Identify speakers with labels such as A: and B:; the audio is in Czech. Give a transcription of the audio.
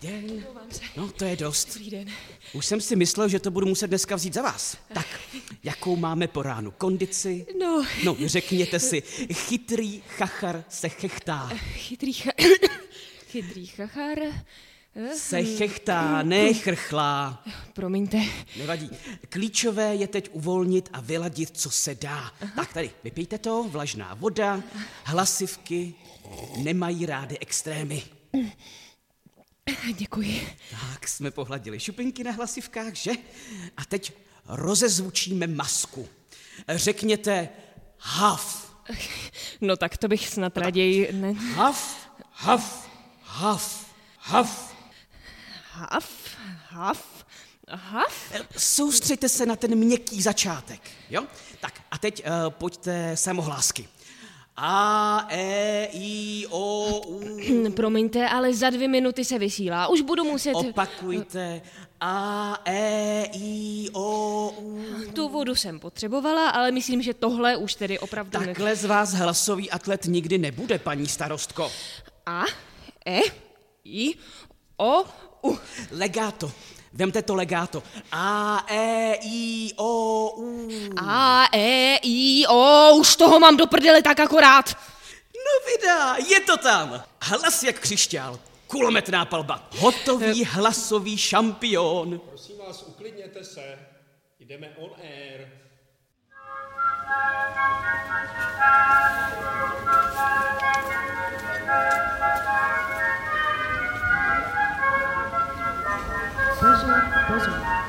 A: den.
B: Omlouvám se.
A: No, to je dost.
B: Dobrý den.
A: Už jsem si myslel, že to budu muset dneska vzít za vás. Tak, jakou máme po ránu kondici?
B: No,
A: No, řekněte si, chytrý chachar se chechtá.
B: chytrý, cha... chytrý chachar. Eh,
A: Se chechtá, ne chrchlá.
B: Promiňte.
A: Nevadí. Klíčové je teď uvolnit a vyladit, co se dá. Tak tady, vypijte to, vlažná voda, hlasivky nemají rády extrémy.
B: Děkuji.
A: Tak jsme pohladili šupinky na hlasivkách, že? A teď rozezvučíme masku. Řekněte haf,
B: No tak to bych snad raději... Ne...
A: haf, haf, haf, haf.
B: Haf, haf, haf.
A: Soustřeďte se na ten měkký začátek, jo? Tak a teď uh, pojďte samohlásky. A, E, I, O, U,
B: Hm, Promiňte, ale za dvě minuty se vysílá. Už budu muset...
A: opakujte. A, E, I, O, U.
B: Tu vodu jsem potřebovala, ale myslím, že tohle už tedy opravdu ne...
A: Takhle z vás hlasový atlet nikdy nebude, paní starostko.
B: A, E, I, O, U.
A: Legato. Vemte to legato. A, E, I, O, U.
B: A, E, I, O, už toho mám do prdele tak akorát.
A: No vydá, je to tam. Hlas jak křišťál. Kulometná palba. Hotový hlasový šampion.
C: Prosím vás, uklidněte se. Jdeme on air.
D: Pozor, pozor.